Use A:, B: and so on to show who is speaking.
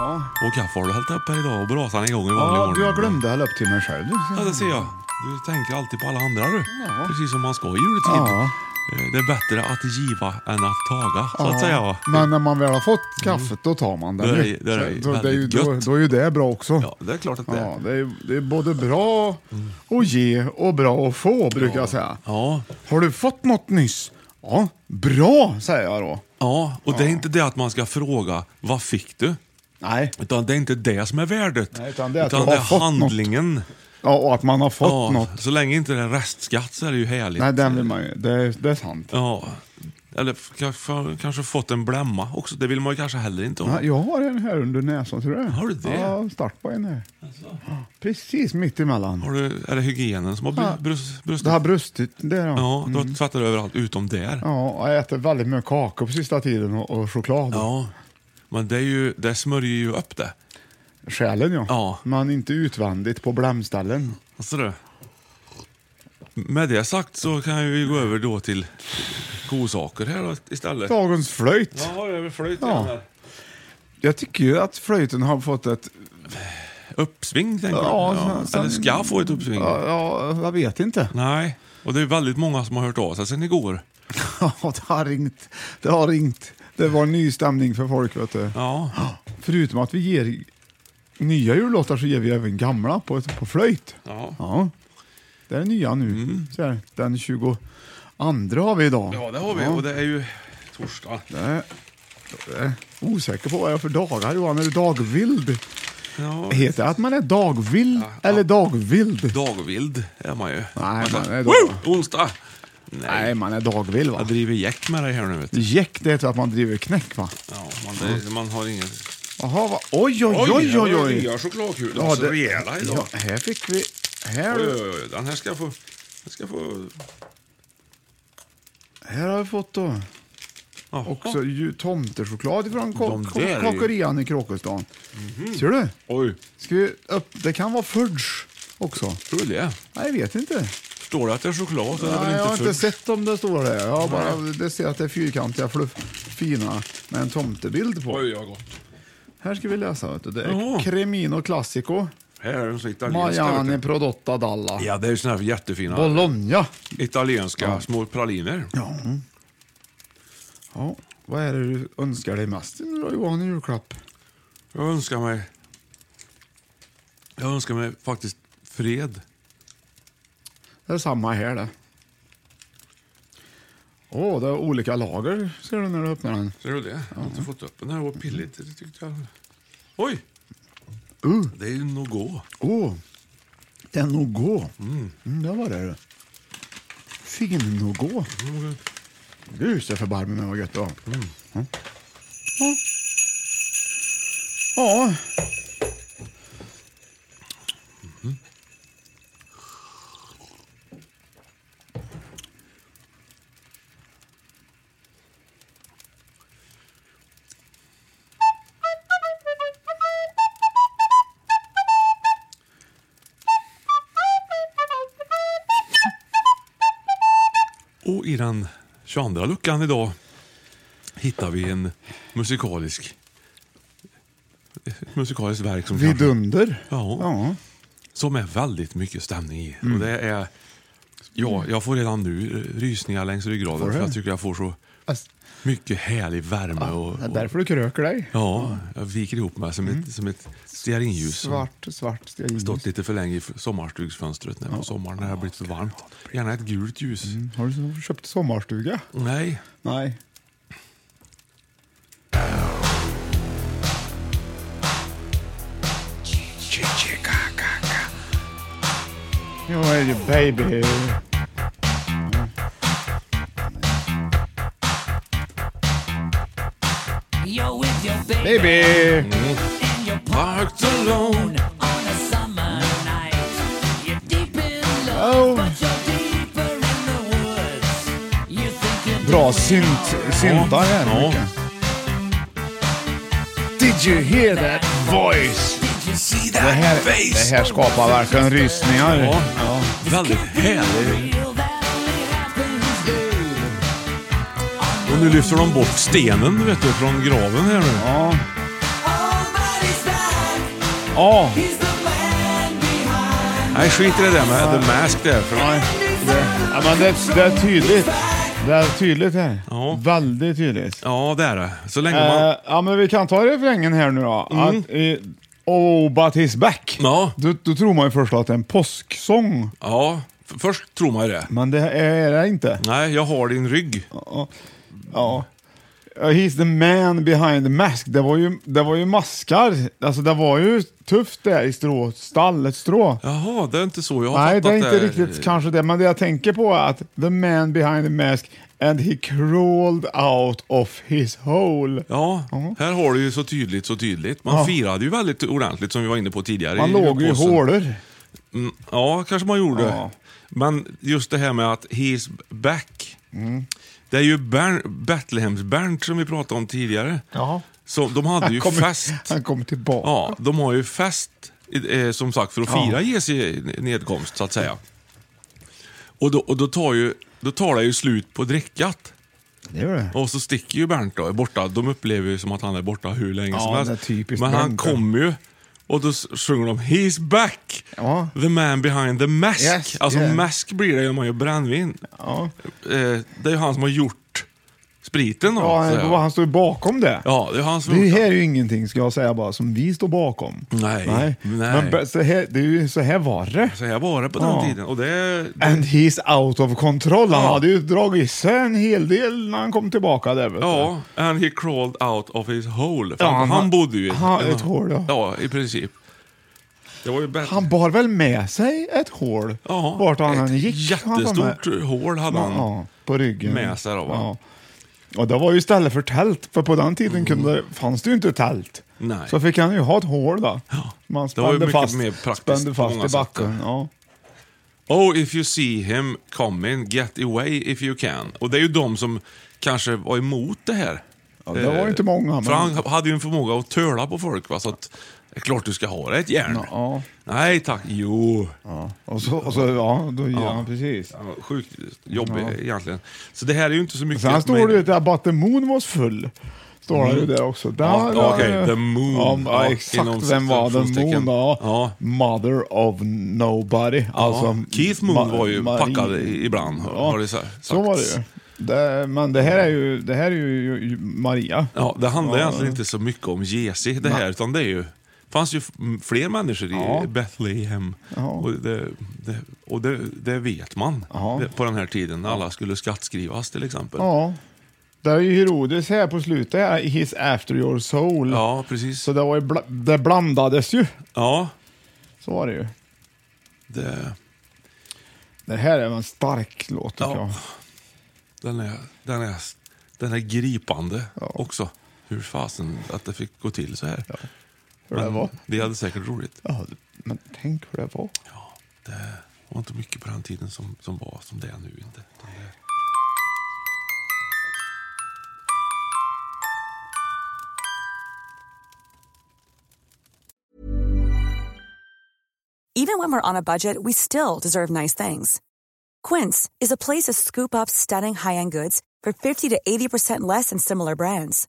A: Ja.
B: Och kaffe har du hällt upp här idag och brasan är igång i vanlig
A: Ja,
B: ordning.
A: du, jag glömde hälla upp till mig själv.
B: Ja, det ser jag. Du tänker alltid på alla andra du.
A: Ja.
B: Precis som man ska i juletid.
A: Ja.
B: Eh, Det är bättre att giva än att taga, så att säga. va?
A: Men när man väl har fått kaffet, då tar man det.
B: Mm. Då är
A: ju.
B: det- då är det
A: Så då, är ju,
B: väldigt
A: då,
B: gött.
A: då är ju det bra också.
B: Ja, det är klart att det
A: Ja,
B: är. Mm.
A: det, är, det är både bra att ge och bra att få, brukar jag säga.
B: Ja.
A: Har du fått något nyss? Ja, bra, säger jag då.
B: Ja, och det är inte det att man ska fråga vad fick du?
A: Nej.
B: Utan det är inte det som är värdet.
A: Nej, utan det är att du
B: det
A: har fått
B: är handlingen.
A: Ja, och att man har fått
B: Ja,
A: något.
B: Så länge inte det är restskatt så är det ju härligt.
A: Nej, den vill man ju. Det, det är sant.
B: Ja. Eller f- kanske- kanske fått en blämma också. Det vill man ju kanske heller inte ha.
A: Ja, jag har en här under näsan, tror du
B: Har du det? Alltså.
A: Ja, start på en här. Precis mitt emellan.
B: Har du, är det hygienen som har br- brus- brustit?
A: Det har brustit där.
B: Ja, du har tvättat överallt utom där. Ja.
A: Ja, jag äter väldigt mycket kakor på sista tiden och, och choklad.
B: Men det, är ju, det smörjer ju upp det.
A: Själen ja.
B: Ja.
A: Men inte utvändigt på blämställen.
B: Alltså det. Med det sagt så kan vi gå över då till godsaker här då, istället.
A: Dagens flöjt.
B: Ja, det är väl flöjt
A: Ja.
B: igen här.
A: Jag tycker ju att flöjten har fått ett...
B: Uppsving tänker
A: Ja,
B: du? Ja.
A: sen- sen-
B: Eller ska få ett uppsving?
A: Ja, ja, jag vet inte.
B: Nej. Och det är väldigt många som har hört av sig sen igår.
A: Ja, det har ringt. Det har ringt. Det var en ny stämning för folk. Vet du.
B: Ja.
A: Förutom att vi ger nya jullåtar så ger vi även gamla på, på flöjt.
B: Ja. Mm.
A: Ja. Det är nya nu. Så här, den 22 har vi idag.
B: ja, det har vi. Och det är ju torsdag.
A: Nej. Jag är osäker på vad jag har för dagar Johan. Är du dagvild?
B: Ja.
A: Heter det att man är dagvild eller dagvild?
B: Dagvild är man ju.
A: Nej, man är dag...
B: Woo! Onsdag! Nej.
A: Nej, man är dagvild va?
B: Jag driver jäkt med dig här nu vet du.
A: Jäkt det heter att man driver knäck va?
B: Ja, man, det, man har ingen...
A: Jaha, va? oj oj oj oj oj.
B: Nya chokladkulor. Ja,
A: det-
B: det... Alltså, Rejäla idag.
A: Ja, här fick vi... Här,
B: Oj, oj, oj. Den här ska jag få... Den ska jag få...
A: här har vi fått då
B: Jaha.
A: också ju, tomtechoklad från
B: De där
A: ko-
B: är
A: ko-
B: ju- Mhm.
A: kakerian i Kråkestaden. Ser du?
B: Oj,
A: Ska vi upp? Det kan vara fudge också.
B: tror du det?
A: Nej, jag vet inte.
B: Står det att det är choklad så är det
A: Nej,
B: väl
A: jag har
B: inte
A: inte
B: fullt?
A: sett om det står det. Jag har bara det ser att det är fyrkantiga fluff, fina med en tomtebild på.
B: Oj, jag har gått.
A: Här ska vi läsa. Vet du. Det är
B: Jaha.
A: Cremino Classico,
B: Här är den så italienska.
A: Majani
B: vet du.
A: Prodotta Dalla,
B: Ja, det är ju såna här jättefina
A: Bologna.
B: italienska små praliner.
A: Ja. ja. Vad är det du önskar dig mest nu då Johan i julklapp?
B: Jag önskar mig... Jag önskar mig faktiskt fred.
A: Det är samma här det. Åh, det är olika lager ser du när du öppnar den.
B: Ser du det? Jag har inte fått upp den här. Vad pilligt. Det tyckte jag. Oj!
A: Uh.
B: Det är ju något.
A: Åh, det är Mm, Nogå. Mm. det var det. du. Fin Nogå. Gud, jag förbarmar mig vad gött det var. Mm. Ja. ja.
B: Och i den 22 luckan idag hittar vi en musikalisk ett musikaliskt verk som, kanske,
A: Vidunder.
B: Ja.
A: ja.
B: som är väldigt mycket stämning i.
A: Mm.
B: Och det är, ja, jag får redan nu eh, rysningar längs
A: Får
B: ryggraden
A: du?
B: för jag tycker jag får så
A: Alltså,
B: mycket härlig värme. Och,
A: det är
B: och,
A: därför du kröker dig.
B: ja, jag viker ihop mig som ett, som ett stearinljus. som-
A: Svart, svart stearinljus.
B: stått lite för länge i f- sommarstugsfönstret nu på sommaren när det har blivit för varmt. Gärna ett gult ljus.
A: Har du köpt sommarstuga?
B: Nej,
A: Nej. Jag är ju baby.
C: You're with your baby
A: Baby!
C: and you're
B: Mm. Parked alone.
C: on a summer night. You're deep in love,
A: Oh.
C: but you're deeper in the woods. You think you're
A: Bra
C: doing
A: synt, syntar här.
B: Ja.
A: mycket. Did you hear that voice? Det här, det här skapar verkligen rysningar.
B: Ja. Väldigt härlig.
C: all that only happens
B: Och nu lyfter de bort stenen vet du, från graven här nu.
A: Ja.
C: Almighty's back,
A: Ja.
C: he's the man behind.
B: Nej, skit i det där med The Mask där. För
A: Ja, men det, det är tydligt. Det är tydligt här.
B: Ja.
A: Väldigt tydligt.
B: Ja, det är det. Så länge man... Mm.
A: Eh, ja, men vi kan ta refrängen här nu då. Att, eh, oh, but he's back.
B: Ja,
A: Då, då tror man ju först att det är en påsksång,
B: ja. F- först tror man ju det.
A: men det är det inte.
B: Nej, jag har din rygg.
A: Ja. Eh, He's the man behind the mask. Det var ju, det var ju maskar. Alltså det var ju tufft där i strå, stall, ett strå.
B: Jaha, det är inte så jag har
A: Nej,
B: fattat
A: det är inte
B: här.
A: riktigt kanske det, men det jag tänker på är att the man behind the mask and he crawled out of his hole.
B: Ja, här har du ju så tydligt, så tydligt. Man
A: Mm. Ja.
B: firade ju väldigt ordentligt som vi var inne på tidigare.
A: Man låg ju i
B: påsen.
A: hålor.
B: Mm, ja, kanske man gjorde.
A: Ja.
B: Men just det här med att he's back.
A: Mm.
B: Det är ju Ber- Betlehems Bernt som vi pratade om tidigare.
A: Ja.
B: Så de hade ju fest.
A: han kommer tillbaka.
B: Ja, de har ju fest eh, som sagt för att fira Jesu nedkomst så att säga. Och då, och då tar ju då tar det ju slut på drickat.
A: Det gör det.
B: Och så sticker ju Bernt då, är borta. De upplever ju som att han är borta hur länge
A: Ja,
B: som
A: det är
B: helst.
A: typiskt
B: Men han
A: Bernt.
B: kommer ju och då s- sjunger de He's back!
A: Ja.
B: The man behind the mask.
A: Yes,
B: alltså
A: yeah.
B: mask blir det ju om man gör brännvin.
A: Ja.
B: Eh, det är ju han som har gjort spriten då.
A: Ja,
B: så att
A: han,
B: säga.
A: han står ju bakom det.
B: ja det är han som har
A: Det
B: gjort
A: här är ju ingenting, ska jag säga bara, som vi står bakom.
B: Nej, nej.
A: Men be- så här, det är ju, så här var det.
B: det. Så här var det på
A: Ja.
B: den tiden. Och det,
A: And he's out of control. Han
B: Ja.
A: hade ju dragit sig en hel del när han kom tillbaka där. Vet
B: Ja, and he crawled out of his hole. För
A: Ja,
B: han,
A: han-
B: han bodde ju i
A: han- ett hål, ja.
B: Ja, i princip. Det var ju
A: du.
B: bättre.
A: Han bar väl med sig ett hål
B: ja,
A: vart han
B: ett
A: än gick. har jag för mig.
B: jättestort hål hade han.
A: ja, på ryggen.
B: med sig då, va?
A: ja. Och det var ju istället för tält, för på den tiden kunde, fanns det ju inte tält.
B: Mm. Nej.
A: Så fick han ju ha ett hål då. Man
B: Det var ju
A: spände
B: mycket
A: fast,
B: mer praktiskt
A: spände
B: på
A: fast
B: många
A: i backen.
B: sätt.
A: Ja.
B: Oh, if you see him coming, get away if you can. Och det är ju de som kanske var emot det här. Eh,
A: Ja, det var ju inte många, men-
B: För han hade ju en förmåga att töla på folk. Va? Så att, det är klart du ska ha det, ett järn.
A: Ja.
B: Nej tack, jo.
A: Och så, och så ja, då gör han precis.
B: Ja, Sjukt jobbig egentligen. Så det här är ju inte så mycket...
A: Sen står
B: men-
A: det ju där But the Moon was full. Står det ju där också. Där,
B: Ja,
A: där-
B: okej, the moon.
A: Ja,
B: Ja,
A: ja,
B: inom
A: exakt. Vem var the
B: citationstecken.
A: moon? Ja.
B: Ja.
A: Mother of nobody. Alltså,
B: Keith Moon
A: Ma-
B: var ju
A: Marie-
B: packad i- ibland, har det så här
A: Så var det
B: sagts.
A: ju. Det, men det här är ju, det här är ju, ju, ju Maria.
B: Ja, det handlar egentligen inte så mycket om Jesi det här, utan det är ju... fanns ju f- m- fler människor i Betlehem. Och, det, det, och det, det vet man Det- på den här tiden, när alla skulle skattskrivas till exempel. Ja,
A: Ja. Det är ju Herodes här på slutet, här, His after your soul.
B: precis.
A: Så det, var ju bla, det blandades ju.
B: Ja,
A: Så var det ju.
B: det,
A: Det här är en stark låt tycker
B: Ja.
A: jag.
B: Den är, den är, den är gripande också. Hur fasen att det fick gå till så här.
A: Hur
B: Mm.
A: det var.
B: vi hade säkert roligt.
A: Ja, men tänk hur det var.
B: Ja, det var inte mycket på den tiden som, som var som det är nu. Inte. Utan Det,
D: Even when we're on a budget, we still deserve nice things. Quince is a place to scoop up stunning high-end goods for 50 to 80% less than similar brands.